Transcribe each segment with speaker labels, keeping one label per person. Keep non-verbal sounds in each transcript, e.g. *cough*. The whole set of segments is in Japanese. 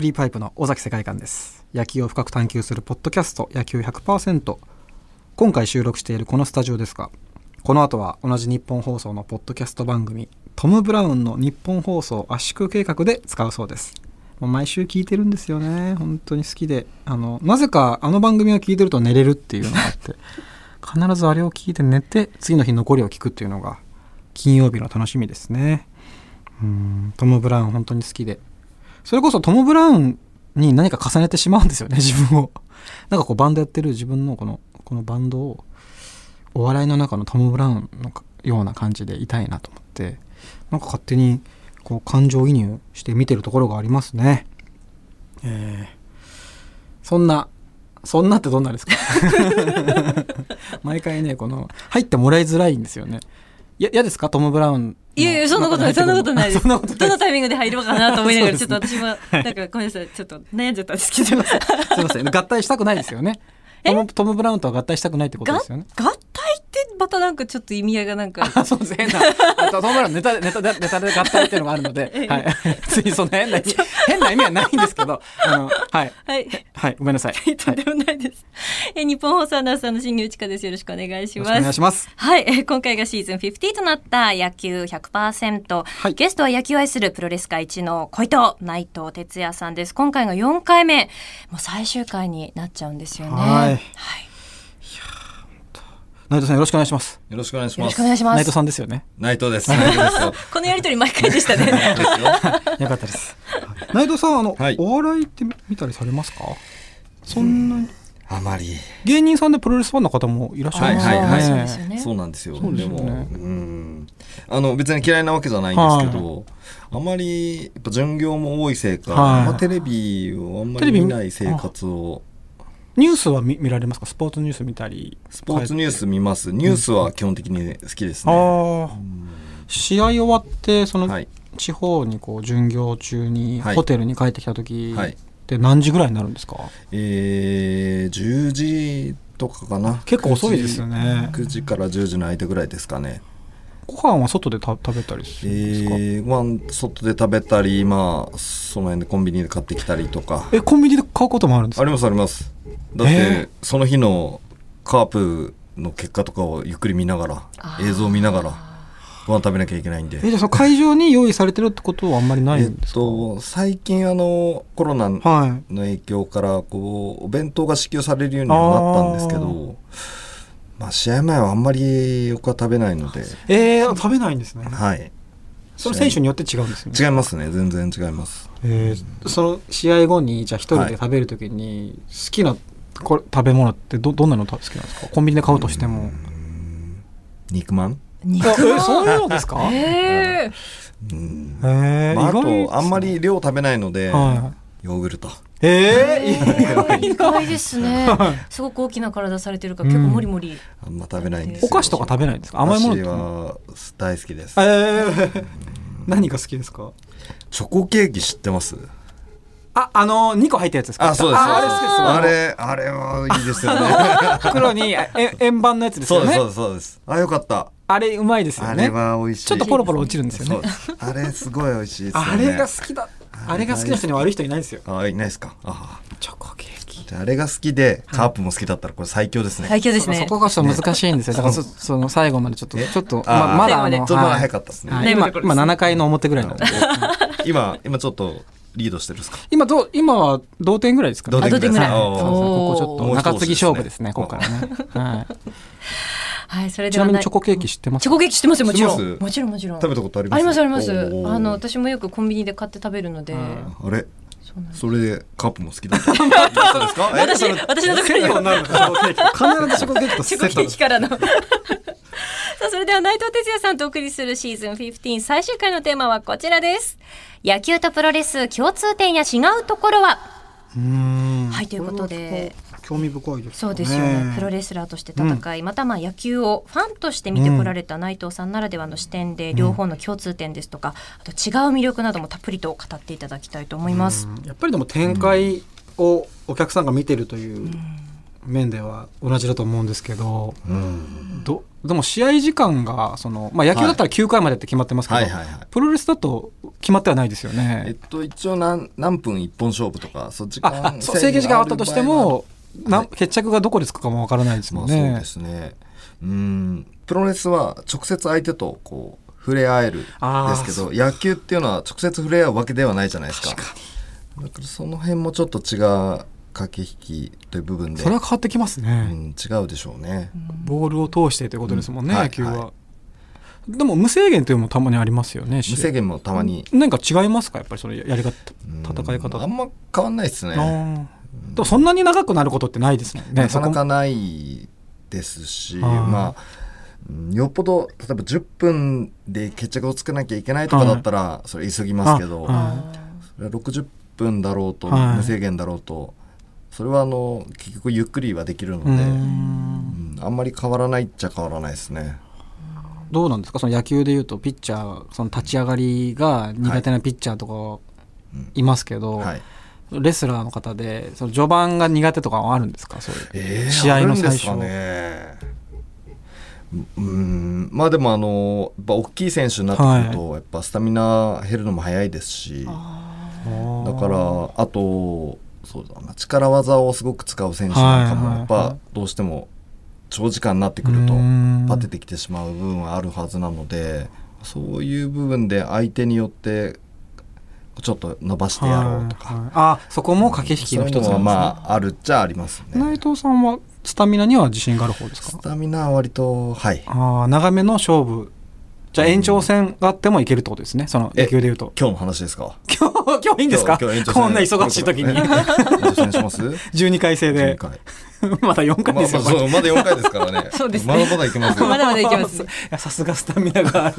Speaker 1: リーパイプの尾崎世界観です野球を深く探求するポッドキャスト野球100%今回収録しているこのスタジオですがこの後は同じ日本放送のポッドキャスト番組トム・ブラウンの日本放送圧縮計画で使うそうですもう毎週聞いてるんですよね本当に好きであのなぜかあの番組を聞いてると寝れるっていうのがあって *laughs* 必ずあれを聞いて寝て次の日残りを聞くっていうのが金曜日の楽しみですねうんトム・ブラウン本当に好きでそれこそトム・ブラウンに何か重ねてしまうんですよね *laughs* 自分をなんかこうバンドやってる自分のこのこのバンドをお笑いの中のトム・ブラウンのような感じでいたいなと思ってなんか勝手にこう感情移入して見てるところがありますね。えー、そんな、そんなってどんなですか *laughs* 毎回ね、この、入ってもらいづらいんですよね。いや、嫌ですかトム・ブラウン。
Speaker 2: いやいや、そんなことない、そんなことないで
Speaker 1: *laughs*
Speaker 2: す。
Speaker 1: そんな
Speaker 2: ど
Speaker 1: ことない
Speaker 2: のタイミングで入ろうかなと *laughs* 思いながら、ち
Speaker 1: そ
Speaker 2: ょ
Speaker 1: う
Speaker 2: っ
Speaker 1: で
Speaker 2: と私も、なんかごめんなさい、ちょっと悩んじゃったんですけど。
Speaker 1: すいません。合体したくないですよね。トムトム・ブラウンとは合体したくないってこと
Speaker 2: が合
Speaker 1: で
Speaker 2: 体
Speaker 1: すよね。
Speaker 2: ってまたなんかちょっと意味合いがなんか、
Speaker 1: あそうです変なあとトム・ブラウンネタネ *laughs* タネタで合体っていうのがあるので、はい、 *laughs* 別にそんな変な意味変な意味はないんですけどあのはい
Speaker 2: はい。
Speaker 1: はいごめんなさい、はい、
Speaker 2: *laughs* とんでもないです。え、日本放送アナウンサーの新宮ちかです。よろしくお願いし
Speaker 1: よろ
Speaker 2: ま
Speaker 1: しくお
Speaker 2: す
Speaker 1: 願い。します
Speaker 2: はい、えー今回がシーズン50となった野球100%、
Speaker 1: い
Speaker 2: ゲストは野球を愛するプロレス界一の小糸内藤哲也さんです今回が4回目もう最終回になっちゃうんですよね
Speaker 1: はい
Speaker 2: はい
Speaker 1: 内藤さんよろしくお願いします
Speaker 3: よろしくお願いし
Speaker 2: よ
Speaker 3: ま
Speaker 2: ろし
Speaker 3: す
Speaker 2: くお。願いしま
Speaker 1: 内
Speaker 2: す
Speaker 1: 藤さんですよね
Speaker 3: 内藤です。内藤ですよ。
Speaker 2: このやりとり毎回でしたね
Speaker 3: 内藤ですよ
Speaker 1: よかったです内藤さんあの、
Speaker 3: はい
Speaker 1: お笑いって見たりされますかそんなに
Speaker 3: あまり。
Speaker 1: 芸人さんでプロレスファンの方もいらっしゃいますよね、
Speaker 3: はいはいはい
Speaker 2: そうですよね
Speaker 3: そうなんですよ。
Speaker 1: そうです
Speaker 3: で
Speaker 1: よね
Speaker 3: も、うん。あの、別に嫌いなわけじゃないんですけど、あまり、やっぱ巡業も多いせいか、
Speaker 1: はい
Speaker 3: まあテレビをあんま
Speaker 1: テレ
Speaker 3: り
Speaker 1: ビ
Speaker 3: 見ない生活を、
Speaker 1: ニュースは見見られますかスポーツニュース見たり
Speaker 3: スポーツニュース見ます。ニュースは基本的に好きです
Speaker 1: あ
Speaker 3: ね。
Speaker 1: あ試合終わってその、
Speaker 3: はい。
Speaker 1: 地方にこう巡業中に
Speaker 3: はい
Speaker 1: ホテルに帰ってきた時
Speaker 3: はい
Speaker 1: って何時ぐらいになるんですか、
Speaker 3: えー、10時とかかな。
Speaker 1: 結構遅いですよね
Speaker 3: 9時から10時の間ぐらいですかね。
Speaker 1: ご飯は外でた食べたりす
Speaker 3: え
Speaker 1: るんですか、え
Speaker 3: ー、まあ、外で食べたり、まあ、その辺でコンビニで買ってきたり
Speaker 1: *laughs*
Speaker 3: とか。
Speaker 1: コンビニで買うこともあるんですか
Speaker 3: ありますあります。だって、
Speaker 1: え
Speaker 3: その日のカープの結果とかをゆっくり見ながら
Speaker 2: あ、ー
Speaker 3: *laughs* 映像を見ながら、ご飯食べなきゃいけないんで。
Speaker 1: えじゃあその会場に用意されてるってことはあんまりない
Speaker 3: えっ
Speaker 1: んですか、
Speaker 3: と、最近あの、コロナの
Speaker 1: はい
Speaker 3: 影響から、こう、お弁当が支給されるようにはなったんですけど、まあ、試合前はあんまりよくは食べないので、
Speaker 1: えー、食べないんですね
Speaker 3: はい。
Speaker 1: その選手によって違うんですよね
Speaker 3: 違いますね。全然違います。
Speaker 1: えーその試合後にじゃあ一人で食べるときに好きなこれ食べ物ってどどんなのた好きなんですかコンビニで買うとしても
Speaker 3: 肉まん
Speaker 1: あ
Speaker 2: 肉
Speaker 1: え
Speaker 2: まん
Speaker 1: そういうのですかえ
Speaker 2: えー
Speaker 3: うん。
Speaker 1: ー、
Speaker 3: まあ、あ
Speaker 1: 意外ですね
Speaker 3: と、あんまり量食べないので、
Speaker 1: は
Speaker 3: ヨーグルト。
Speaker 1: えー、
Speaker 2: 意外ですねすごく大きな体されてるから結構モリモリ
Speaker 3: あんま食べないんです
Speaker 1: お
Speaker 3: よ。
Speaker 1: 菓子とか食べないんですか甘いものと
Speaker 3: 私
Speaker 1: か
Speaker 3: は大好きです。
Speaker 1: えー、 *laughs* 何が好きですか
Speaker 3: チョコケーキ知ってます
Speaker 1: あ、あの、2個入ったやつですか
Speaker 3: あ、そうです。
Speaker 1: あれ好きですよ
Speaker 3: あれ、あれはいいですよね。
Speaker 1: *laughs* 袋にえ円盤のやつです
Speaker 3: そ
Speaker 1: よ
Speaker 3: うです、
Speaker 1: ね
Speaker 3: そう。です、そうです。あ、よかった。
Speaker 1: あれ、うまいですよ
Speaker 3: あ
Speaker 1: ね
Speaker 3: れ。は美味しい。
Speaker 1: ちょっとポロポロ落ちるんですよね
Speaker 3: そうです。あれ、すごい美味しいですよね。
Speaker 1: あれが好きだ。あれが好きな人に悪い人いないですよ。
Speaker 3: あ、いないですか。あ
Speaker 1: チョコケーキ。
Speaker 3: じゃああれが好きで、カープも好きだったら、これ最強ですね。
Speaker 2: 最強です
Speaker 1: そ
Speaker 2: ね
Speaker 1: こがちょっと難しいんですよ。だからそ、その最後までちょっと、
Speaker 3: え
Speaker 1: ちょっと、
Speaker 3: あ
Speaker 1: ままだあの、
Speaker 2: 最後ま
Speaker 3: ちょっとまだ
Speaker 1: は
Speaker 3: 早
Speaker 1: い
Speaker 3: かったですね。
Speaker 1: は
Speaker 2: ね
Speaker 1: い今、
Speaker 2: 今
Speaker 1: 今7回の表ぐらい
Speaker 3: *laughs*
Speaker 1: なんで。
Speaker 3: 今、今ちょっとリードしてるんですか
Speaker 1: 今、どう、今は同点ぐらいですかね。
Speaker 2: 同点ぐらい
Speaker 1: はい
Speaker 3: あ同点ぐらい
Speaker 1: そうそうここちょっと
Speaker 3: おー
Speaker 1: 中継ぎ勝負ですね、ここからね。はい
Speaker 2: はいそれ
Speaker 1: ち
Speaker 2: で
Speaker 1: な
Speaker 2: は
Speaker 1: みに
Speaker 2: ない
Speaker 1: チョコケーキ知ってます
Speaker 2: チョコケーキ知ってますよもちろ
Speaker 3: 知って
Speaker 2: ん
Speaker 3: ます
Speaker 2: もちろんもちろん
Speaker 3: 食べたことあります
Speaker 2: ありますあります
Speaker 3: おー
Speaker 2: あの私もよくコンビニで買って食べるので
Speaker 1: うん
Speaker 3: あれ
Speaker 2: そうなんです
Speaker 3: それでカープも好
Speaker 2: *laughs*
Speaker 3: きだった。そうですかえ
Speaker 2: 私私のところにも
Speaker 1: なる必ずチョコケーキと
Speaker 2: *laughs* チ
Speaker 1: セ
Speaker 2: ョコ
Speaker 1: ッ
Speaker 2: ケ
Speaker 1: ト
Speaker 2: ーキからの *laughs* さあそれでは内藤哲也さんとお送りするシーズン15最終回のテーマはこちらです野球とプロレス共通点や違うところははいということで
Speaker 1: 興味深いです
Speaker 2: そうですよねプロレスラーとして戦い、またまあ野球をファンとして見てこられた内藤さんならではの視点で両方の共通点ですとか、あと違う魅力などもたっぷりと語っていただきたいと思います。
Speaker 1: やっぱりでも展開をお客さんが見てるという面では同じだと思うんですけど、
Speaker 3: うん
Speaker 1: どでも試合時間がその、まあ、野球だったら9回までって決まってますけど、
Speaker 3: はいはいはい
Speaker 1: プロレスだと決まってはないですよね。
Speaker 3: えっと、一応何何分一本勝負とか、そう時
Speaker 1: あ
Speaker 3: 間
Speaker 1: あそう制限時間があったとしても、な
Speaker 3: はい
Speaker 1: 決着がどこでつくかもわからないです
Speaker 3: ま
Speaker 1: もん
Speaker 3: あそう
Speaker 1: ね
Speaker 3: で。すね。うん、プロレスは直接相手とこう触れ合えるで
Speaker 1: あー
Speaker 3: すけ
Speaker 1: そ
Speaker 3: ど、野球っていうのは直接触れ合うわけではないじゃないですか。
Speaker 1: 確か
Speaker 3: だからその辺もちょっと違う駆け引きという部分で、
Speaker 1: それは変わってきますね
Speaker 3: う、ん、違うでしょうね。
Speaker 1: ボールを通してということですもんね、
Speaker 3: うんはい
Speaker 1: 野球は、
Speaker 3: は
Speaker 1: でも無制限というのもたまにありますよね無
Speaker 3: 無制限もたまに、
Speaker 1: なんか違いますかやっぱりそのやり方
Speaker 3: うん
Speaker 1: 戦い方
Speaker 3: あんま変わんないですね。
Speaker 1: あーでもそんなに長くなることってないですもんね
Speaker 3: なかな
Speaker 1: そ
Speaker 3: か
Speaker 1: こ
Speaker 3: ないですし、
Speaker 1: あー
Speaker 3: まあうんよっぽど例えば10分で決着をつけなきゃいけないとかだったらそれ急ぎますけど、
Speaker 1: あはい
Speaker 3: それは60分だろうと
Speaker 1: はい
Speaker 3: 無制限だろうとそれはあの結局ゆっくりはできるので、
Speaker 1: うー
Speaker 3: うん
Speaker 1: ん
Speaker 3: あんまり変わらないっちゃ変わらないですね。
Speaker 1: どうなんですかその野球でいうとピッチャーその立ち上がりが苦手なピッチャーとかいますけど、
Speaker 3: はい、
Speaker 1: レスラーの方でその序盤が苦手とかはあるんですかそういう、
Speaker 3: えー
Speaker 1: 試合の最初
Speaker 3: あるんですかねううんまあでもあのやっぱ大きい選手になってくると、やっぱスタミナ減るのも早いですし。だからあとそうだな力技をすごく使う選手なん
Speaker 1: は
Speaker 3: か
Speaker 1: いはい
Speaker 3: もやっぱどうしても長時間になってくると
Speaker 1: うん
Speaker 3: バテてきてしまう部分はあるはずなのでそういう部分で相手によってちょっと伸ばしてやろうと
Speaker 1: はいは
Speaker 3: か
Speaker 1: いあそこも駆け引きの一つなんです
Speaker 3: そうい
Speaker 1: ね、
Speaker 3: うはまああるっちゃありますね
Speaker 1: 内藤さんはスタミナには自信がある方です
Speaker 3: ス
Speaker 1: か
Speaker 3: タミナは割とはい
Speaker 1: ああ長めの勝負じゃあ延長戦があってもいけるってことですねその野球でいうと *laughs*
Speaker 3: 今日の話ですか
Speaker 1: 今日今日いいんですか
Speaker 3: 今日今日延長戦
Speaker 1: こんな忙しい時に
Speaker 3: 延
Speaker 1: *laughs*
Speaker 3: 長戦します
Speaker 1: 12回制で
Speaker 3: 12回
Speaker 1: *laughs* まだ4回
Speaker 3: まあ
Speaker 1: です
Speaker 3: そ
Speaker 1: よ、
Speaker 3: うそうまだ4回ですからね
Speaker 2: *laughs* そうですね
Speaker 3: まだまだいけますよ
Speaker 2: まだまだいけます
Speaker 1: *laughs* いやさすがスタミナがある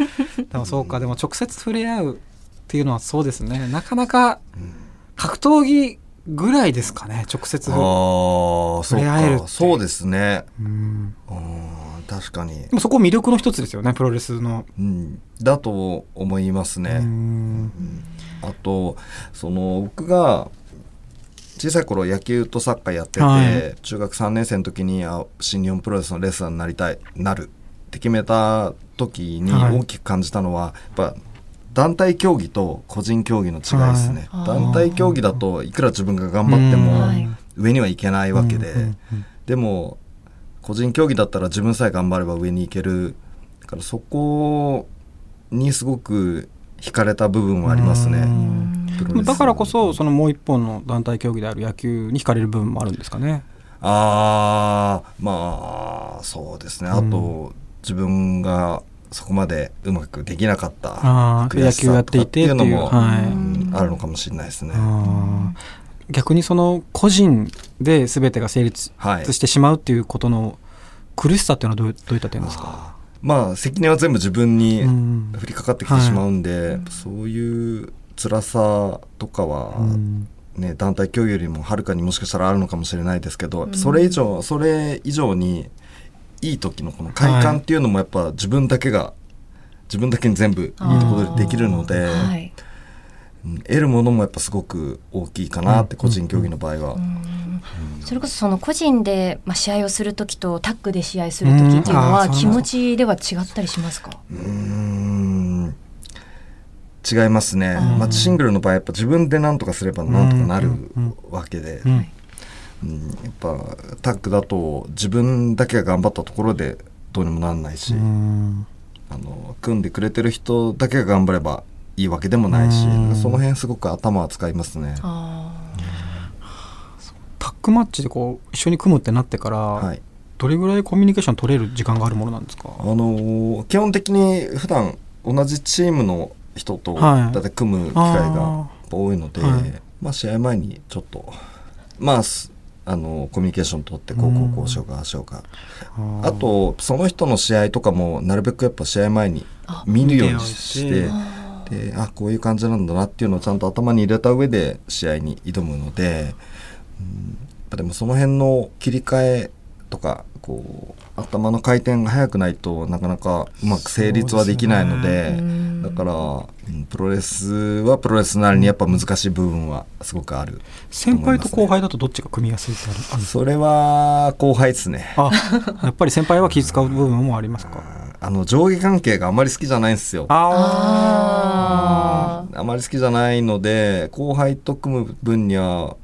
Speaker 1: *laughs* でもそうかでも直接触れ合うっていうのはそうですねなかなか格闘技ぐらいですかね直接
Speaker 3: ああ、そ
Speaker 1: 触
Speaker 3: う
Speaker 1: れ合えるって
Speaker 3: か。そうですね。
Speaker 1: うん
Speaker 3: うん、確かに
Speaker 1: で。もそこ魅力の一つですよねプロレスの、
Speaker 3: うん、だと思います
Speaker 1: う
Speaker 3: ね。
Speaker 1: ん
Speaker 3: あと、その、僕が、小さい頃野球とサッカーやってて、
Speaker 1: は
Speaker 3: 中学3年生の時にあ新日本プロレスのレスラーになりたいなるって決めた時に
Speaker 1: はい
Speaker 3: 大きく感じたのは、やっぱ団体競技と個人競技の違いですね、
Speaker 2: はい
Speaker 3: 団体競技だといくら自分が頑張って
Speaker 1: うん
Speaker 2: は
Speaker 3: も
Speaker 2: い
Speaker 3: 上にはいけないわけで、
Speaker 1: うんうんうん
Speaker 3: でも個人競技だったら自分さえ頑張れば上に行けるだからそこにすごく惹かれた部分はありますね
Speaker 1: うん
Speaker 3: プロレス
Speaker 1: だからこそそのもう一本の団体競技である野球に惹かれる部分もあるんですかね。
Speaker 3: ああまあそうですねあと、自分がそこまでうまくできなかった
Speaker 1: あー
Speaker 3: 悔しさとかっていう
Speaker 1: 野
Speaker 3: の
Speaker 1: 球や
Speaker 3: も
Speaker 1: っていてっていうはい
Speaker 3: うんあるのかもしれないですね
Speaker 1: あー逆にその個人で全てが成立
Speaker 3: はい
Speaker 1: してしまうっていうことの苦しさっていうのはどうどういった点ですか、
Speaker 3: あーまあ責任は全部自分に
Speaker 1: うん
Speaker 3: 降りかかってきてしまうんで、そういう辛さとかは、
Speaker 1: うん
Speaker 3: ね、団体競技よりもはるかにもしかしたらあるのかもしれないですけど、それ以上それ以上にいい時のこの快感っていうのもやっぱ自分だけが自分だけに全部いいところでできるので、
Speaker 2: はい
Speaker 3: うん得るものもやっぱすごく大きいかなって個人競技の場合は、
Speaker 2: それこそその個人で、まあ、試合をする時とタッグで試合する時っていう
Speaker 1: うん
Speaker 2: の
Speaker 1: あーそうなん
Speaker 2: は
Speaker 1: だ
Speaker 2: 気持ちでは違ったりしますか
Speaker 3: うーん違いますね、まあ、シングルの場合やっぱ自分で何とかすれば何とかなるわけで、
Speaker 1: うん
Speaker 3: うんやっぱタッグだと自分だけが頑張ったところでどうにもなんないし、
Speaker 1: うん
Speaker 3: あの組んでくれてる人だけが頑張ればいいわけでもないし、
Speaker 1: うん
Speaker 3: その辺すごく頭は使いますね。
Speaker 2: あ
Speaker 1: タッグマッチでこう一緒に組むってなってから、
Speaker 3: はい
Speaker 1: どれぐらいコミュニケーション取れる時間があるものなんですか
Speaker 3: あのー基本的に普段同じチームの人と
Speaker 1: はい
Speaker 3: だいたい組む機会が多いので、
Speaker 1: はい
Speaker 3: まあ、試合前にちょっと、まあ、すあのコミュニケーション取ってこうこうこうしようかああしようか、あとその人の試合とかもなるべくやっぱ試合前に見るようにしてであこういう感じなんだなっていうのをちゃんと頭に入れた上で試合に挑むので、うん、やっぱでもその辺の切り替えとかこう頭の回転が速くないとなかなかうまく成立はできないので
Speaker 2: そうですねうん
Speaker 3: だから、うんプロレスはプロレスなりにやっぱ難しい部分はすごくある
Speaker 1: 先輩と後
Speaker 3: 思いますね
Speaker 1: 輩だとどっちが組みやすいってあるあるんですか
Speaker 3: それは後輩ですね
Speaker 1: あやっぱり先輩は気遣う部分もありますか
Speaker 3: あの上下関係があまり好きじゃないんですよ
Speaker 1: あー
Speaker 2: あ
Speaker 3: あまり好きじゃないので後輩と組む分には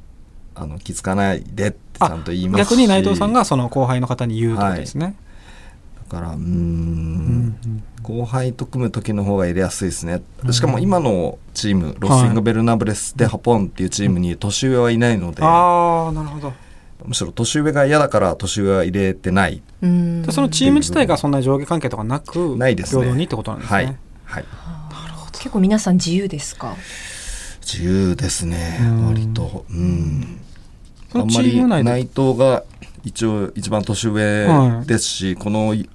Speaker 3: あの気づかないでってちゃんと言いますし
Speaker 1: 逆に内藤さんがその後輩の方に言うってことですね、はい、
Speaker 3: だからうん、後輩と組む時の方が入れやすいですね、うん、しかも今のチームロッシング・ベルナブレス・でハポンっていうチームに年上はいないので、うん、
Speaker 1: ああなるほど
Speaker 3: むしろ年上が嫌だから年上は入れてない
Speaker 1: でそのチーム自体がそんな上下関係とかなく
Speaker 3: ないです、ね、
Speaker 1: 平等にってことなんですね、はい
Speaker 3: はい、
Speaker 2: なるほど結構皆さん自由ですか
Speaker 3: 自由ですね割とうん
Speaker 1: そのチーム内で
Speaker 3: 内藤が一応一番年上ですし、はい、このユ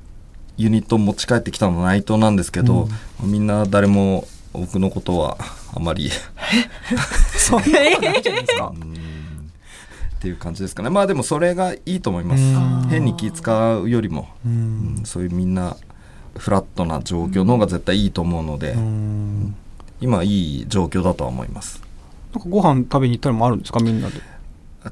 Speaker 3: ニット持ち帰ってきたのは内藤なんですけど、うん、みんな誰も僕のことはあまり
Speaker 1: そんなことないじゃないですか、
Speaker 3: っていう感じですかねまあでもそれがいいと思います変に気使うよりも、うん、うん、そういうみんなフラットな状況の方が絶対いいと思うので、うん、今いい状況だとは思います
Speaker 1: なんかご飯食べに行ったりもあるんですかみんなで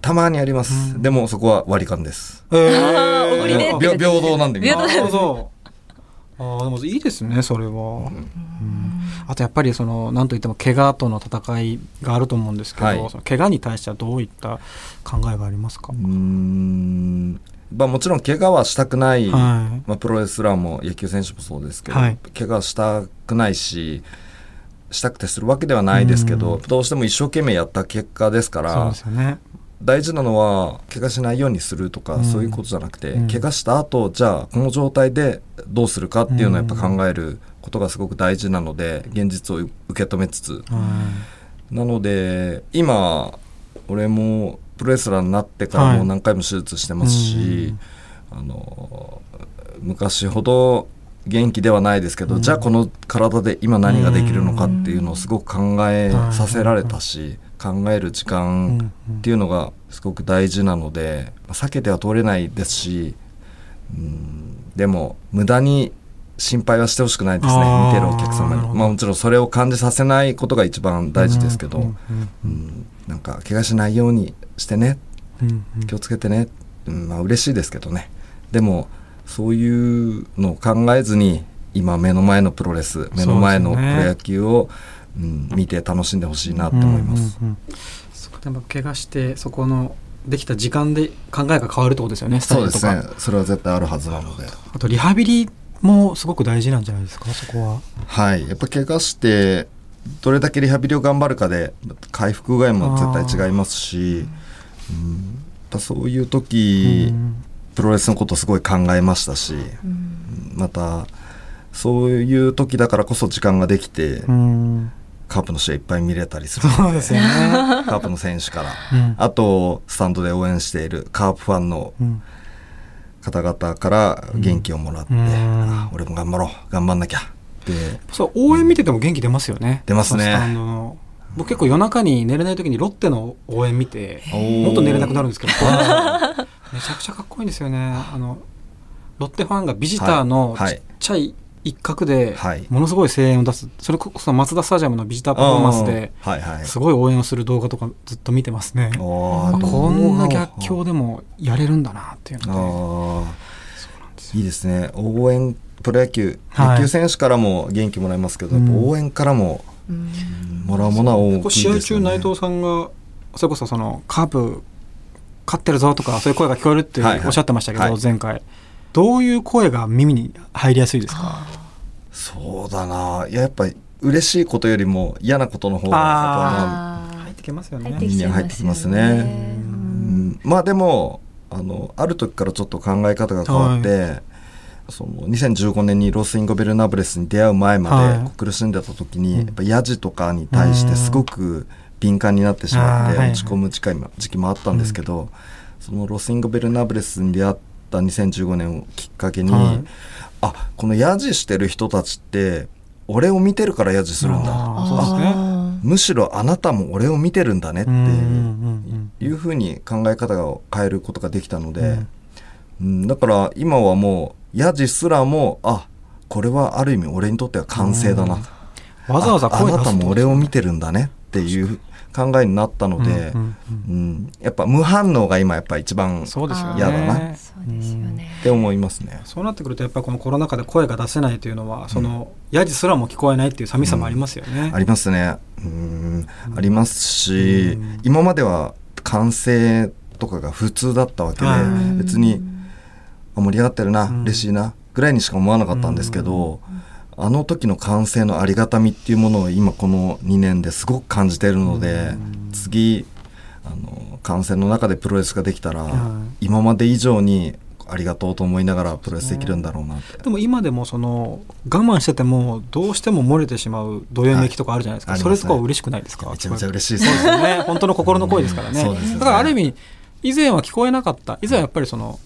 Speaker 3: たまにあります、うん、でもそこは割り勘です、
Speaker 2: えー、おごりで
Speaker 3: 平等なんで
Speaker 1: みんな平等ああでもいいですねそれは、あとやっぱりその何といっても怪我との戦いがあると思うんですけど、はい、その怪我に対してはどういった考えがありますか
Speaker 3: うんまあ、もちろん怪我はしたくない、はい、まあ、プロレスラーも野球選手もそうですけど、はい、怪我したくないししたくてするわけではないですけどどうしても一生懸命やった結果ですから
Speaker 1: そうですよ、ね、
Speaker 3: 大事なのは怪我しないようにするとか、そういうことじゃなくて、うん、怪我した後じゃあこの状態でどうするかっていうのをやっぱ考えることがすごく大事なので現実を受け止めつつ、うん、なので今俺もプロレスラーになってからもう何回も手術してますし、はいうん、あの昔ほど元気ではないですけど、うん、じゃあこの体で今何ができるのかっていうのをすごく考えさせられたし、考える時間っていうのがすごく大事なので避けては通れないですし、うん、でも無駄に心配はしてほしくないですね見てるお客様に、まあ、もちろんそれを感じさせないことが一番大事ですけど、うんなんか怪我しないようにしてね、気をつけてね、うんまあ嬉しいですけどねでもそういうのを考えずに今目の前のプロレス目の前のプロ野球を、うん、見て楽しんでほしいなと思います。うんうんうん、
Speaker 1: そこでも怪我してそこのできた時間で考えが変わるってことですよね。
Speaker 3: そうですね。それは絶対あるはずなので。
Speaker 1: あとリハビリもすごく大事なんじゃないですか。そこは。
Speaker 3: はい。やっぱ怪我してどれだけリハビリを頑張るかで回復具合も絶対違いますし、うん、やっぱそういう時、うん、プロレスのことすごい考えましたし、うん、またそういう時だからこそ時間ができて。うんカープの試合いっぱい見れたりする
Speaker 1: そうですね *laughs*
Speaker 3: カープの選手から、うん、あとスタンドで応援しているカープファンの方々から元気をもらって、うん、俺も頑張ろう頑張んなきゃって
Speaker 1: そう応援見てても元気出ますよね、
Speaker 3: 出ますね
Speaker 1: 僕結構夜中に寝れない時にロッテの応援見てもっと寝れなくなるんですけど *laughs* めちゃくちゃかっこいいんですよねあのロッテファンがビジターのちっちゃい、はいはい一角でものすごい声援を出す、はい、それこそマツダスタジアムのビジターパフォーマンスですごい応援をする動画とかずっと見てますね、はいはい、こんな逆境でもやれるんだなっていうの
Speaker 3: でいいですね応援プロ野球野球選手からも元気もらいますけど、はい、応援からももらうものは大きいです
Speaker 1: ね、ね、試合中内藤さんがそれこそそのカープ勝ってるぞとかそういう声が聞こえるっておっしゃってましたけど、はいはい、前回。どういう声が耳に入りやすいですか
Speaker 3: そうだなやっぱり嬉しいことよりも嫌なことの方が
Speaker 1: 入ってきますよね
Speaker 3: 入ってきますね、ねうん、まあでもあのある時からちょっと考え方が変わって、はい、その2015年にロス・インゴ・ベルナブレスに出会う前まで苦しんでた時に、はい、やっぱヤジとかに対してすごく敏感になってしまって落ち込む時期もあったんですけど、はい、そのロス・インゴ・ベルナブレスに出会ってった2015年をきっかけに、はい、あこのやじしてる人たちって俺を見てるからやじするんだ
Speaker 1: あ、
Speaker 3: ね、むしろあなたも俺を見てるんだねっていう,、うんうんうん、いうふうに考え方を変えることができたので、うん、だから今はもうやじすらもあこれはある意味俺にとっては完成だな、
Speaker 1: うん、わざわざ
Speaker 3: あなたも俺を見てるんだねっていう考えになったので、うん、うんうん、やっぱ無反応が今やっぱ一番嫌だなって思いますね。
Speaker 1: そうなってくるとやっぱこのコロナ禍で声が出せないというのはその、うんやじすらも聞こえないっていう寂しさもありますよね。
Speaker 3: ありますね。うん、ありますし、今までは完成とかが普通だったわけで
Speaker 1: はい、
Speaker 3: 別にあ盛り上がってるな、
Speaker 1: うん
Speaker 3: 嬉しいなぐらいにしか思わなかったんですけど、あの時の完成のありがたみっていうものを今この2年ですごく感じてるので、次あの完成の中でプロレスができたら、
Speaker 1: は
Speaker 3: 今まで以上にありがとうと思いながらプロレスできるんだろうなって。
Speaker 1: でも今でもその我慢しててもどうしても漏れてしまうどよめきとかあるじゃないですか、
Speaker 3: はいあり
Speaker 1: そ
Speaker 3: ま
Speaker 1: れ
Speaker 3: すね
Speaker 1: とかは嬉しくないですか
Speaker 3: めちゃめちゃ嬉しいで
Speaker 1: そうですすよね本当の心の声ですからね,、
Speaker 3: うんそうですよね
Speaker 1: だからある意味以前は聞こえなかった以前はやっぱりその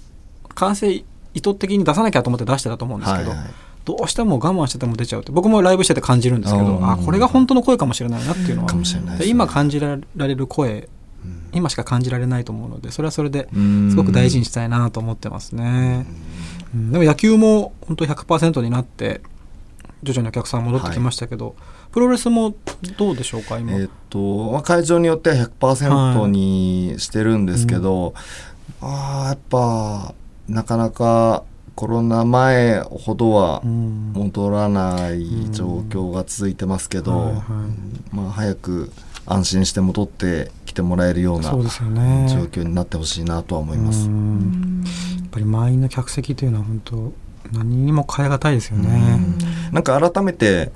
Speaker 1: 完成意図的に出さなきゃと思って出してたと思うんですけど、
Speaker 3: はいはい
Speaker 1: どうしても我慢してても出ちゃうって僕もライブしてて感じるんですけど
Speaker 3: うん
Speaker 1: あこれが本当の声かもしれないなっていうのは
Speaker 3: かもしれないですね
Speaker 1: で今感じられる声
Speaker 3: うん
Speaker 1: 今しか感じられないと思うのでそれはそれで
Speaker 3: うん
Speaker 1: すごく大事にしたいなと思ってますね、うんでも野球も本当100%になって徐々にお客さん戻ってきましたけど、プロレスもどうでしょうか今、
Speaker 3: えーっとまあ会場によっては100%にしてるんですけど、ああやっぱなかなかコロナ前ほどは
Speaker 1: うん
Speaker 3: 戻らない状況が続いてますけど、
Speaker 1: はいはい
Speaker 3: うんまあ、早く安心して戻ってきてもらえるような
Speaker 1: そうですよね
Speaker 3: 状況になってほしいなとは思います。
Speaker 1: うんやっぱり満員の客席というのは本当何にも変えがたいですよね、
Speaker 3: うんなんか改めて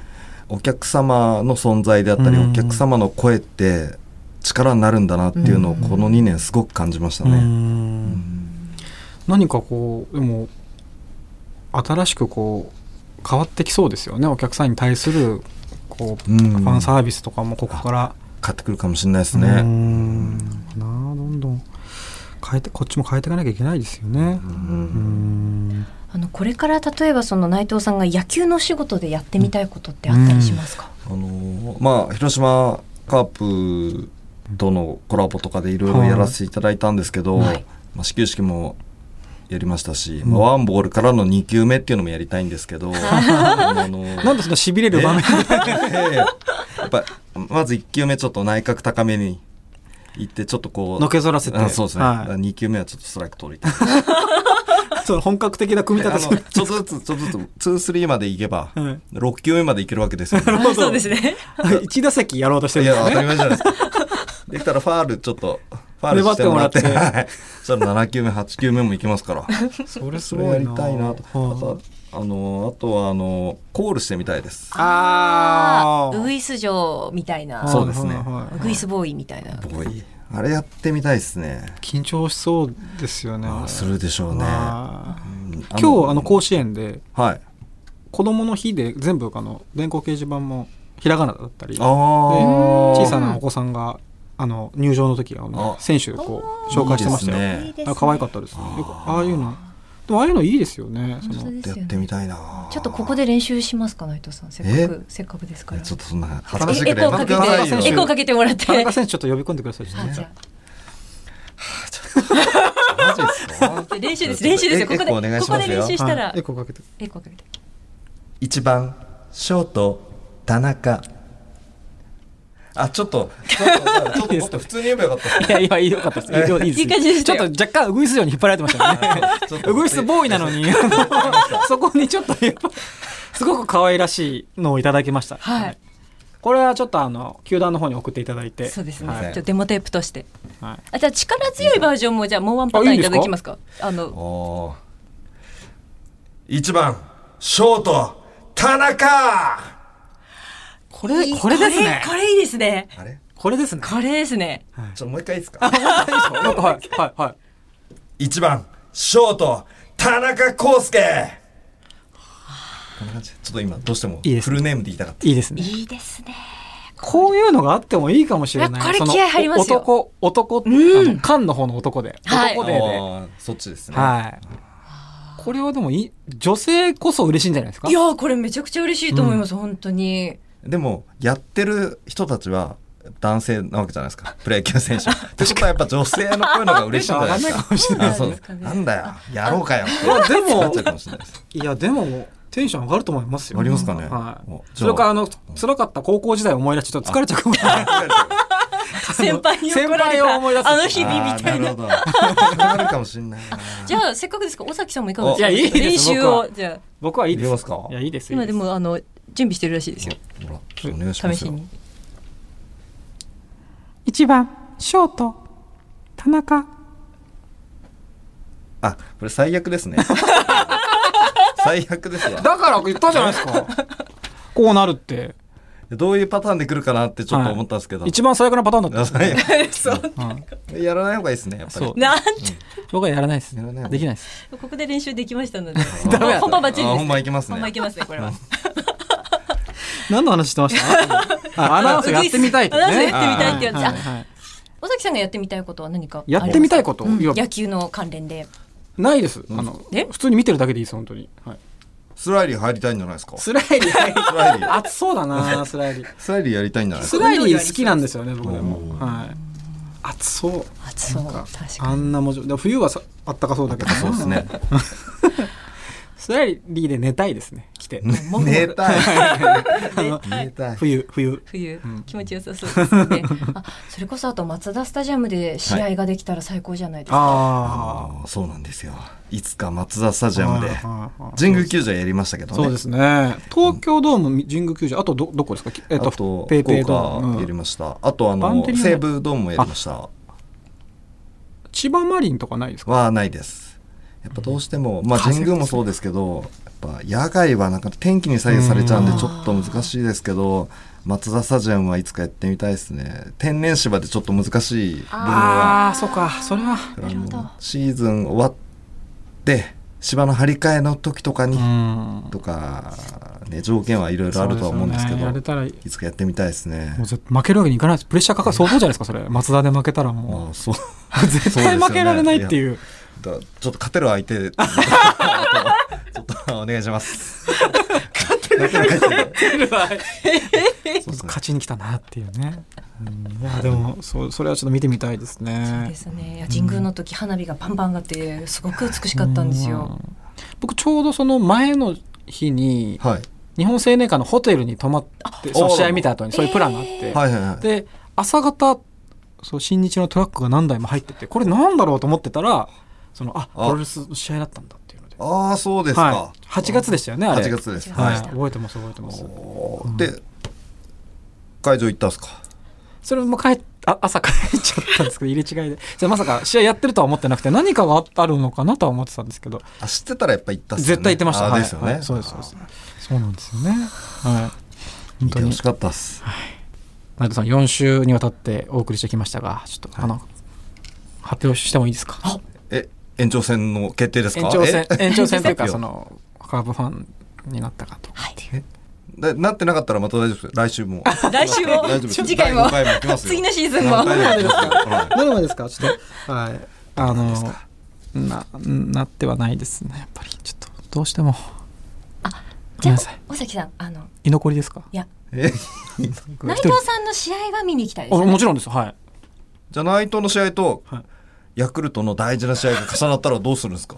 Speaker 3: お客様の存在であったり、
Speaker 1: うん
Speaker 3: お客様の声って力になるんだなっていうのをこの2年すごく感じました
Speaker 1: う
Speaker 3: ね。うんん
Speaker 1: 何かこうでも新しくこう変わってきそうですよねお客さんに対するこう、
Speaker 3: うん
Speaker 1: ファンサービスとかもここから
Speaker 3: 買ってくるかもしれないです
Speaker 1: う
Speaker 3: ね。
Speaker 1: んなあどんどん変えてこっちも変えていかなきゃいけないですよね。
Speaker 3: う
Speaker 1: うんん
Speaker 2: あのこれから例えばその内藤さんが野球の仕事でやってみたいことってあったりしますか、
Speaker 3: あのーまあ広島カープとのコラボとかでいろいろやらせていただいたんですけど、
Speaker 2: はい
Speaker 3: まあ、始球式もやりましたし、
Speaker 1: うん
Speaker 3: まあ、ワンボールからの2球目っていうのもやりたいんですけ
Speaker 1: *laughs*
Speaker 3: ど、あのー
Speaker 1: なんでそのしびれる場面 *laughs*
Speaker 3: *laughs* ええやっぱまず1球目ちょっと内角高めに行ってちょっとこう
Speaker 1: のけぞらせて
Speaker 3: あそうですね、
Speaker 1: はい
Speaker 3: 2球目はちょっとストライク取りたい
Speaker 1: その本格的な組み立て
Speaker 3: あ
Speaker 1: す
Speaker 3: の
Speaker 1: る
Speaker 3: ちょ
Speaker 1: *laughs*
Speaker 3: っとずつちょっとずつ2-3まで行けば、
Speaker 1: はい
Speaker 3: 6球目まで行けるわけですよね
Speaker 1: ほど
Speaker 2: そうです *laughs* ね
Speaker 1: 一打席やろうとして
Speaker 3: い
Speaker 1: るん
Speaker 3: や
Speaker 1: です
Speaker 3: 当たり
Speaker 1: ね。
Speaker 3: 前じゃないですかできたらファールちょっとファールしてもらって
Speaker 1: 粘ってもらって
Speaker 3: はいそしたら7球目8球目も行きますから
Speaker 1: それ
Speaker 3: それやりたいなとあ
Speaker 1: は
Speaker 3: とあのあとはあのコールしてみたいです
Speaker 1: あー
Speaker 2: ウグイス城みたいな
Speaker 1: あ
Speaker 3: そうです
Speaker 1: は
Speaker 3: ね
Speaker 1: いはいはい
Speaker 2: ウグイスボーイみたいな
Speaker 3: ボーイあれやってみたいですね
Speaker 1: 緊張しそうですよね。
Speaker 3: あーするでしょうね、
Speaker 1: は
Speaker 3: う
Speaker 1: い
Speaker 3: ん
Speaker 1: 今日あの甲子園で
Speaker 3: はい
Speaker 1: 子供の日で全部あの電光掲示板もひらがなだったり、で
Speaker 3: あー
Speaker 1: 小さなお子さんがあの入場の時あの
Speaker 3: あ
Speaker 1: 選手こう紹介してましたよ。
Speaker 3: いい
Speaker 1: あ
Speaker 3: ですね
Speaker 1: 可愛かったですね。よくああいうのでもああいうのいいですよね。その
Speaker 2: 本当です
Speaker 3: や
Speaker 2: よ
Speaker 3: っ
Speaker 2: ね
Speaker 3: てみたいな
Speaker 2: ちょっとここで練習しますか内藤さんせっかくせっかくですか
Speaker 3: え
Speaker 2: ら
Speaker 3: ちょっとそんな恥ずかしい
Speaker 2: え
Speaker 3: く
Speaker 2: エ
Speaker 3: らい
Speaker 2: コーかけ
Speaker 1: 田中選
Speaker 2: て
Speaker 1: 手
Speaker 2: エコーかけてもらって
Speaker 1: 田中選手ちょっと呼び込んでください。ちょっ
Speaker 2: あ
Speaker 1: と
Speaker 2: じゃ
Speaker 1: ね
Speaker 2: あ
Speaker 3: マジですか
Speaker 2: 練習です練習ですよこ
Speaker 3: え
Speaker 2: こ
Speaker 3: エコーお願
Speaker 2: で
Speaker 3: い
Speaker 2: こ
Speaker 3: し
Speaker 2: こ
Speaker 3: ま
Speaker 2: です
Speaker 3: よ
Speaker 2: 練習した
Speaker 1: は
Speaker 2: ら
Speaker 1: いエコーかけて。
Speaker 2: エコーかけて
Speaker 3: 一番ショート田中あちょっとちょっとちょっともっと普通に言えばよかった
Speaker 1: いやいや、いいよかったです。いいです
Speaker 2: いい感じでし
Speaker 1: ち
Speaker 2: た
Speaker 1: ょっ
Speaker 2: よ
Speaker 1: と若干、ウグイス城に引っ張られてましたよね。
Speaker 3: *laughs* ちょっと
Speaker 1: ウグイスボーイなのに、 *laughs* そこにちょっとやっぱ、すごく可愛らしいのをいただきました。
Speaker 2: はい。
Speaker 1: これはちょっとあの、球団の方に送っていただいて。
Speaker 2: そうですね
Speaker 1: は
Speaker 2: ちょっ
Speaker 1: い。
Speaker 2: とデモテープとして
Speaker 1: はい
Speaker 2: あじゃあ力強いバージョンもじゃあもうワンパターンいただきますかあの
Speaker 3: おー一番ショート田中
Speaker 1: これ、これですね
Speaker 2: こ。れこれいいですね
Speaker 3: あれ
Speaker 1: これ
Speaker 2: *laughs*
Speaker 1: ですね。
Speaker 2: これですね
Speaker 3: ちょっともう一回いいです
Speaker 1: あ、
Speaker 3: か
Speaker 1: 本当ですかなんかはい、はい、はい。
Speaker 3: 一番ショート田中康介こんな感じちょっと今どうしても
Speaker 1: いいです
Speaker 3: フルネームで言いたかった
Speaker 1: いいですね。
Speaker 2: いいですね
Speaker 1: こういうのがあってもいいかもしれない。
Speaker 2: いやこれ
Speaker 1: その
Speaker 2: 気合入りますよ
Speaker 1: 男、男、あの缶の方の男で。
Speaker 2: はい
Speaker 1: 男でで。
Speaker 3: あーそっちですね、
Speaker 1: はい。これはでもいい、女性こそ嬉しいんじゃないですか
Speaker 2: いやーこれめちゃくちゃ嬉しいと思います、本当に
Speaker 3: でもやってる人たちは男性なわけじゃないですかプロ野球選手ってことはやっぱ女性の声の方が嬉しいんじゃないですか
Speaker 1: わかんないかもしれ
Speaker 2: ない
Speaker 3: あそう
Speaker 2: そうですかね
Speaker 3: なんだよやろうかよって
Speaker 1: まあでも
Speaker 3: なっちゃうかもしれないです
Speaker 1: いや、でも、テンション上がると思いますよ。
Speaker 3: ありますかね
Speaker 1: はい
Speaker 3: お。じ
Speaker 1: そ
Speaker 3: ゃあ
Speaker 1: れか、あの、辛かった高校時代を思い出して、ちょっと疲れちゃうかもしれない。
Speaker 2: 先輩に怒られ
Speaker 1: 先輩を思い出す
Speaker 2: たあの日々み
Speaker 3: あー
Speaker 2: たいな
Speaker 3: るほどなるかもしれないな
Speaker 2: じゃあせっかくですから尾崎さんもいかがですか
Speaker 1: おいやいいです
Speaker 2: 練習
Speaker 1: 僕は
Speaker 2: をじゃあ
Speaker 1: 僕はいいです。
Speaker 3: いけますか
Speaker 1: いや、いいです。いい、
Speaker 2: 今ですもあの準備してるらしいですよ。
Speaker 3: ほらちょっとお願いします
Speaker 2: 試し
Speaker 3: よ
Speaker 2: に。
Speaker 4: 1番ショート田中
Speaker 3: あこれ最悪ですね最悪ですわ
Speaker 1: だから言ったじゃないですか *laughs* こうなるって
Speaker 3: どういうパターンで来るかなってちょっと思ったんですけど、
Speaker 1: 一番最悪なパターンだったん
Speaker 3: や
Speaker 1: ですよ
Speaker 3: ばい
Speaker 2: そう。
Speaker 3: やらない方がいいですねやっぱり
Speaker 1: そう
Speaker 2: なんて
Speaker 1: 僕はやらないです
Speaker 3: やらない
Speaker 1: できないです
Speaker 2: ここで練習できましたので。
Speaker 1: ダメだ
Speaker 2: 本番バッチリです、
Speaker 3: あ本番いけますね
Speaker 2: 本番いけますね、これは。
Speaker 1: 何の話してました
Speaker 2: *laughs*
Speaker 1: あアナウンスやってみたいってね
Speaker 2: アナウンスやってみたいってやつ
Speaker 1: はいはいはい
Speaker 2: 尾崎さんがやってみたいことは何かあり
Speaker 1: や
Speaker 2: ますか。
Speaker 1: ってみたいこと
Speaker 2: うん
Speaker 1: いや
Speaker 2: 野球の関連で。
Speaker 1: ないですあの
Speaker 2: え
Speaker 1: 普通に見てるだけでいいです本当にはい
Speaker 3: スライリー入りたいんじゃないですかス
Speaker 1: スライディ
Speaker 3: ライリー
Speaker 1: 熱そうだ *laughs* なスライディ
Speaker 3: スライリーやりたいんじゃないです
Speaker 1: ス
Speaker 3: か
Speaker 1: ライディ好きなんですよね僕で
Speaker 3: お
Speaker 1: も
Speaker 3: ー
Speaker 1: はい熱そう
Speaker 2: 暑そう。
Speaker 1: なんか
Speaker 2: 確か
Speaker 1: あんなもじでも冬はさあったかそうだけど
Speaker 3: そうですね
Speaker 1: スライディで寝たいですね来て
Speaker 3: 寝たい
Speaker 1: あの
Speaker 2: に。はい
Speaker 3: 寝たい
Speaker 1: 冬冬
Speaker 2: 冬、気持ちよさそうですね。あ、それこそあとマツダスタジアムで試合ができたら最高じゃないですか。
Speaker 1: あ
Speaker 3: あーそうなんですよいつか松田スタジアム
Speaker 1: あ
Speaker 3: で
Speaker 1: ーあー
Speaker 3: 神宮球場やりましたけどね
Speaker 1: そうですね東京ドーム神宮球場あとどどこですかきえっ
Speaker 3: あ
Speaker 1: と
Speaker 3: と
Speaker 1: ペイ
Speaker 3: 福
Speaker 1: ペイドー
Speaker 3: 岡
Speaker 1: ム、う
Speaker 3: やり
Speaker 1: ん
Speaker 3: ましたあとあ
Speaker 1: バンテリン
Speaker 3: の
Speaker 1: も
Speaker 3: 西武ドームもやりました
Speaker 1: 千葉マリンとかないですか
Speaker 3: はないですやっぱどうしても、まあ、神宮もそうですけどやっぱ野外はなんか天気に左右されちゃうんで
Speaker 2: うん
Speaker 3: ちょっと難しいですけど松田スタジアムはいつかやってみたいですね天然芝でちょっと難しい部分は
Speaker 1: ああーそうかそれは
Speaker 3: あ
Speaker 2: なるほど
Speaker 3: のシーズン終わって芝の張り替えの時とかに、
Speaker 1: ん
Speaker 3: とか、ね、条件はいろいろあるとは思うんですけ
Speaker 1: そ
Speaker 3: ど
Speaker 1: よねやれたらいい
Speaker 3: いつかやってみたいですね
Speaker 1: もう絶負けるわけにいかないですプレッシャーかかる相当じゃないですかそれ松田で負けたらも
Speaker 3: ああそう
Speaker 1: う絶対負けられないっていう
Speaker 3: だちょっと勝てる相手ちょっとお願いします勝てる相手 *laughs* そうですね
Speaker 1: 勝ちに来たなっていうね、うん、いやでもそうそれはちょっと見てみたいです
Speaker 2: そう
Speaker 1: ね
Speaker 2: ですね。いや神宮の時花火がバンバン上がってすごく美しかったんですよ。
Speaker 1: うん僕ちょうどその前の日に
Speaker 3: はい
Speaker 1: 日本青年館のホテルに泊まってその試合見た後にそういうプランがあって、
Speaker 3: はいはいはい
Speaker 1: で朝方そう新日のトラックが何台も入っててこれなんだろうと思ってたらそのあプロレスの試合だったんだっていうので
Speaker 3: ああそうですか、
Speaker 1: はい、8月でしたよねあれ
Speaker 3: 8月です
Speaker 1: は、
Speaker 3: はいい
Speaker 1: 覚えてます覚えてます
Speaker 3: おーで会場行ったんですか
Speaker 1: それも帰っあ朝帰っちゃったんですけど入れ違いでそれまさか試合やってるとは思ってなくて何かがああるのかなとは思ってたんですけど
Speaker 3: あ知ってたらやっぱ行ったっすよね
Speaker 1: 絶対行ってました
Speaker 3: あ
Speaker 1: は
Speaker 3: ー
Speaker 1: い
Speaker 3: ですよね、
Speaker 1: はいそうですそうですそうなんですよねはい本
Speaker 3: 見て
Speaker 1: 当
Speaker 3: ほ
Speaker 1: に
Speaker 3: しかったっす
Speaker 1: 内藤さん4週にわたってお送りしてきましたがちょっとあの、発表してもいいですか
Speaker 3: え延長戦の決定ですか
Speaker 1: 延長戦
Speaker 3: え
Speaker 1: 延長戦というか
Speaker 3: え
Speaker 1: そのカーブファンになったかと
Speaker 2: はい。
Speaker 3: ななってなかったらまた大丈夫です来週も
Speaker 2: 来週も
Speaker 3: 大丈夫です
Speaker 2: *laughs* 次回も
Speaker 3: 第五回も行きますよ
Speaker 2: 次のシーズンも。
Speaker 3: 大丈夫ですはい
Speaker 1: どれまでですかちょっとはいあのななってはないですねやっぱりちょっとどうしてもご
Speaker 2: じゃ
Speaker 1: めんな
Speaker 2: あ
Speaker 1: さい
Speaker 2: 尾崎さんあの
Speaker 1: 居残りですか
Speaker 3: え
Speaker 2: 内藤さんの試合は見に行きたいです
Speaker 1: あ
Speaker 2: ね。
Speaker 1: もちろんですはい
Speaker 3: じゃあ内藤の試合と
Speaker 1: はい
Speaker 3: ヤクルトの大事な試合が重なったらどうするんですか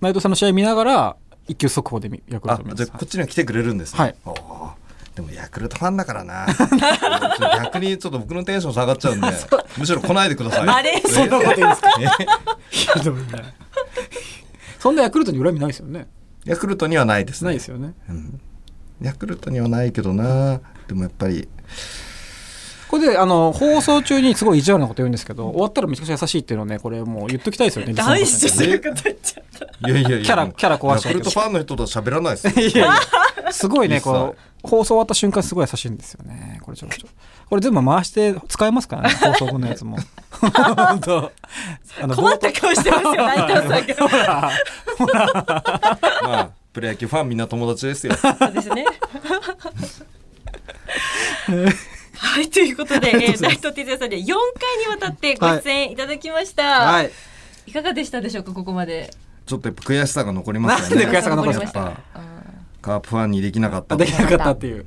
Speaker 1: 内藤さんの試合見ながら一級速報で見ヤクル
Speaker 3: あ
Speaker 1: ト見ま
Speaker 3: じゃ
Speaker 1: す
Speaker 3: あこっちには来てくれるんですね
Speaker 1: はい
Speaker 3: おーでもヤクルトファンだからな *laughs* 逆にちょっと僕のテンション下がっちゃうんでむしろ来ないでください
Speaker 2: あれそんな
Speaker 3: こといいですか
Speaker 1: *laughs* ひどいねそんなヤクルトに恨みないですよね
Speaker 3: ヤクルトにはないですね
Speaker 1: ないですよね
Speaker 3: うんヤクルトにはないけどなでもやっぱり
Speaker 1: これであの放送中にすごい意地悪なこと言うんですけど終わったらめちゃくちゃ優しいっていうのをねこれもう言っときたいですよね
Speaker 2: 大事
Speaker 1: リスナーの方に
Speaker 2: すること言っちゃった。
Speaker 3: いやいやいや
Speaker 1: キャラキャラ壊しちゃう
Speaker 3: ヤクルトファンの人とは喋らないですよ
Speaker 1: *laughs* いやいやすごいね
Speaker 3: 一切
Speaker 1: こう放送終わった瞬間すごい優しいんですよねこれちょっとこれ全部回して使えます
Speaker 2: *laughs*
Speaker 1: からね放送後のやつも本当あの
Speaker 2: 困った顔してますよ内藤さんが。
Speaker 1: ほら
Speaker 3: まあプロ野球ファンみんな友達
Speaker 1: *laughs*
Speaker 3: ですよ
Speaker 2: そうですね。はい、ということで、えー、内藤哲也さんで4回にわたってご出演いただきました。い、
Speaker 1: はい
Speaker 2: かがでしたでしょうか、ここまで。
Speaker 3: ちょっとやっぱ悔しさが残りますよ
Speaker 1: なん
Speaker 3: ね
Speaker 1: で悔しさが残るん
Speaker 2: り
Speaker 1: で
Speaker 2: ますした
Speaker 3: やっ
Speaker 2: か
Speaker 3: ぱ。カープファンにできなかった
Speaker 1: あ
Speaker 3: こと
Speaker 1: できなかったっていう
Speaker 3: やっ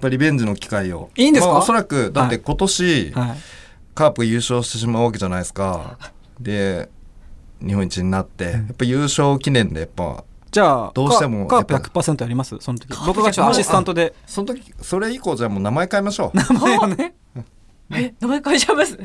Speaker 3: ぱりリベンジの機会を。
Speaker 1: いいんですか
Speaker 3: まあおそらく、だって今年、
Speaker 1: はい
Speaker 3: カープが優勝してしまうわけじゃないですか。で、日本一になって、やっぱ優勝記念で、やっぱ、
Speaker 1: じゃあ
Speaker 3: どうしても
Speaker 1: カープ
Speaker 3: やっぱ
Speaker 1: 100%やりますその時僕がちょっとアシスタントで
Speaker 3: その時、それ以降じゃあもう名前変えましょう。
Speaker 1: 名前をね
Speaker 2: え、名前変えちゃいます。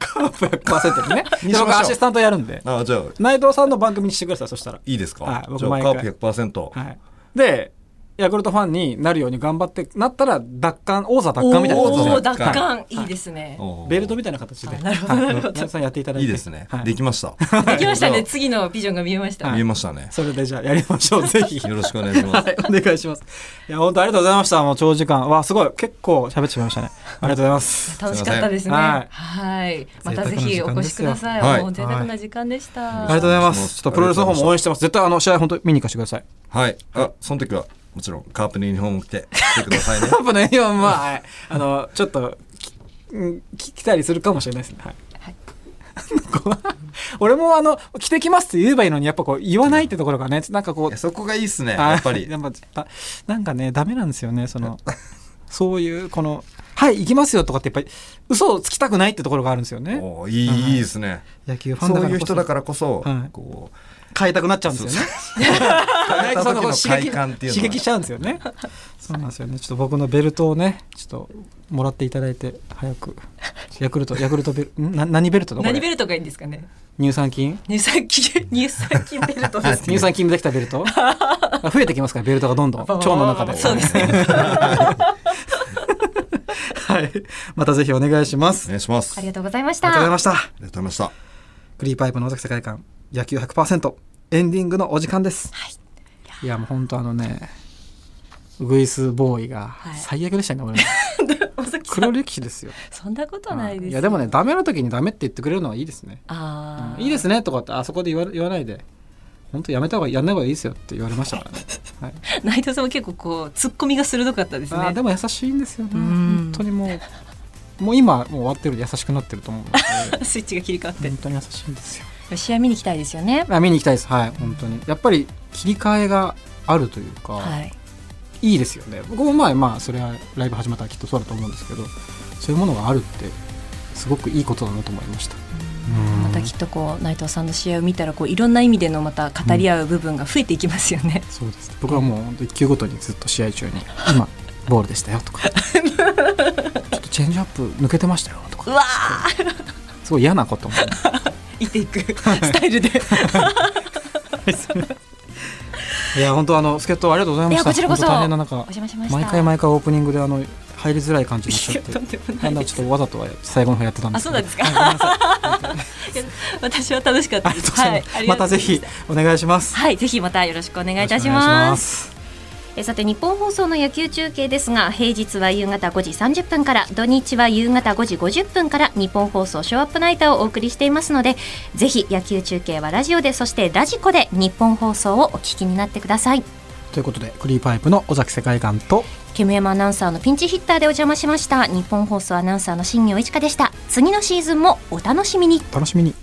Speaker 1: カープ100%にね
Speaker 3: にしまし
Speaker 1: *laughs*
Speaker 3: ょう
Speaker 1: で僕アシスタントやるんで
Speaker 3: あ、じゃあ、
Speaker 1: 内藤さんの番組にしてくださいそしたら
Speaker 3: いいですか、
Speaker 1: はい僕
Speaker 3: じゃあ
Speaker 1: 毎
Speaker 3: カ
Speaker 1: 回
Speaker 3: ープ100%。
Speaker 1: はいでヤクルトファンになるように頑張ってなったら奪還王座奪還みたいな
Speaker 2: お
Speaker 1: 感じで
Speaker 2: ー奪
Speaker 3: はい
Speaker 2: 還、い、いですね。
Speaker 3: おー
Speaker 1: ベルトみたいな形で
Speaker 2: あなるほど
Speaker 1: はい
Speaker 2: なるほど
Speaker 1: 皆さんやっていただい
Speaker 3: い
Speaker 1: て
Speaker 3: いですね、
Speaker 1: はい
Speaker 3: できま *laughs* した
Speaker 2: できましたね。
Speaker 3: じ
Speaker 2: 次のビジョンが見えました。
Speaker 3: ゃあ
Speaker 1: はい
Speaker 3: 見えましたね
Speaker 1: それでじゃあやりましょうぜひ
Speaker 3: *laughs* よろしくお願いします
Speaker 1: *laughs* はい、お願いします。いや、本当ありがとうございました。もう長時間。わあ、すごい。結構喋ってしまいましたね。ありがとうございます。
Speaker 2: 楽しかったですね。
Speaker 1: すいません
Speaker 2: はい。またぜひお越しください。
Speaker 3: はい
Speaker 2: もう贅沢な時間でし
Speaker 1: あ
Speaker 2: た。
Speaker 1: りがとうございます。ちょっとプロレスの方も応援してます。絶対あの試合本当に見に行かせてください。
Speaker 3: はいあその時はもちろんカープのユニフォーム着て来てくだ *laughs* さいね
Speaker 1: カップのユニフォームは、はいあの、ちょっと、きんき来たりするかもしれないですね。はい。 *laughs*
Speaker 2: はい
Speaker 1: なんか俺もあの、着てきますって言えばいいのに、やっぱこう、言わないってところがね、なんかこ
Speaker 3: いうや、そこがいいっすね
Speaker 1: *laughs* あー
Speaker 3: やっぱり
Speaker 1: やっぱだなんかねダメなんですよねそのそういうこの「はい行きますよ」とかってやっぱり嘘をつきたくないってところがあるんですよね
Speaker 3: おーいいいいですね
Speaker 1: 野球ファン
Speaker 3: そ
Speaker 1: だ
Speaker 3: う
Speaker 1: から
Speaker 3: いう
Speaker 1: こそ
Speaker 3: 人だからこそ、
Speaker 1: はい
Speaker 3: こう
Speaker 1: 変えたくなっちゃうんですよね
Speaker 3: *laughs* 変え
Speaker 1: *laughs*
Speaker 3: た
Speaker 1: その
Speaker 3: 時
Speaker 1: こ
Speaker 3: の
Speaker 1: う刺
Speaker 3: 快
Speaker 1: 激
Speaker 3: 感っていうの
Speaker 1: 刺激しちゃうんですよねそうなんですよねちょっと僕のベルトをねちょっともらっていただいて早くヤクルトヤクルトベルんな何ベルトだこ
Speaker 2: 何
Speaker 1: れ
Speaker 2: ベルトがいいんですかね。
Speaker 1: 乳酸菌
Speaker 2: 乳酸菌、乳酸菌ベルトですね。
Speaker 1: 乳酸菌できたベルト増えてきますからベルトがどんどん腸の中で
Speaker 2: そうで
Speaker 1: *laughs*
Speaker 2: すね。
Speaker 1: はいまたぜひお願いしま
Speaker 3: お
Speaker 1: すあ
Speaker 3: 願いします
Speaker 2: あ
Speaker 3: あ
Speaker 2: り
Speaker 3: り
Speaker 2: がとうございまし
Speaker 1: りがとうござい
Speaker 2: た
Speaker 1: ま。した
Speaker 3: がとうございました
Speaker 1: クリーパイプの尾崎世界観野球100%エンディングのお時間です、い、やもう本当あのねウグイスボーイが
Speaker 2: い
Speaker 1: 最悪でしたね、
Speaker 2: *laughs*
Speaker 1: 俺も
Speaker 2: 尾崎さ
Speaker 1: 黒
Speaker 2: ん
Speaker 1: 歴史ですよ
Speaker 2: そんなことはないですよ。
Speaker 1: いやでもねダメな時にダメって言ってくれるのはいいですね、
Speaker 2: ああ、
Speaker 1: いいですねとかってあそこで言わ言わないで本当やめた方がやんない方がいいですよって言われましたからね、はい、
Speaker 2: 内藤さんも結構こう突っ込みが鋭かったです
Speaker 1: あー
Speaker 2: ね。
Speaker 1: でも優しいんですよね
Speaker 2: う
Speaker 1: 本
Speaker 2: ん
Speaker 1: 当にもうもう今もう終わってるんで優しくなってると思うの
Speaker 2: *laughs* スイッチが切り替わっ
Speaker 1: で
Speaker 2: て
Speaker 1: 本当に優しいんですよ。
Speaker 2: 試合見に行きたいですよね。
Speaker 1: あ見に行きたいですはい本当にやっぱり切り替えがあるというか、
Speaker 2: はい。
Speaker 1: いいですよね僕もまあまあそれはライブ始まったらきっとそうだと思うんですけどそういうものがあるってすごくいいことだなと思いました
Speaker 2: またきっとこう内藤さんの試合を見たらこういろんな意味でのまた語り合う部分が増えていきますよね。
Speaker 1: そうです僕はもう1球ごとにずっと試合
Speaker 2: *laughs*
Speaker 1: 中に「今ボールでしたよ」とか「ちょっとチェンジアップ抜けてましたよ」と
Speaker 2: う
Speaker 1: か
Speaker 2: わー
Speaker 1: すごい嫌なことも *laughs*
Speaker 2: いていくスタイルで。
Speaker 1: いや本当あの助っ人ありがとうございま
Speaker 2: い
Speaker 1: し
Speaker 2: や
Speaker 1: た
Speaker 2: こちらこそ
Speaker 1: 本当大
Speaker 2: お
Speaker 1: 変な中
Speaker 2: 邪魔しました。
Speaker 1: 毎回毎回オープニングであの入りづらい感じになっちゃっ
Speaker 2: いやとん *laughs* で
Speaker 1: て
Speaker 2: もない
Speaker 1: だんだんちょっとわざとは最後の方やってたんで
Speaker 2: あ
Speaker 1: すけ
Speaker 2: そう
Speaker 1: ど
Speaker 2: なんですか。私は楽しかった
Speaker 1: あ
Speaker 2: で
Speaker 1: りが
Speaker 2: す。
Speaker 1: とうございます、またぜひお願いします
Speaker 2: はい、ぜひまたよろしくお願いいたし
Speaker 1: よろくお願い
Speaker 2: ま
Speaker 1: し
Speaker 2: す。えさて日本放送の野球中継ですが平日は夕方5時30分から土日は夕方5時50分から日本放送ショーアップナイターをお送りしていますのでぜひ野球中継はラジオでそしてラジコで日本放送をお聞きになってください
Speaker 1: ということでクリーパイプの尾崎世界観と
Speaker 2: 煙山アナウンサーのピンチヒッターでお邪魔しました日本放送アナウンサーの新業一華でした次のシーズンもお楽しみに
Speaker 1: 楽しみに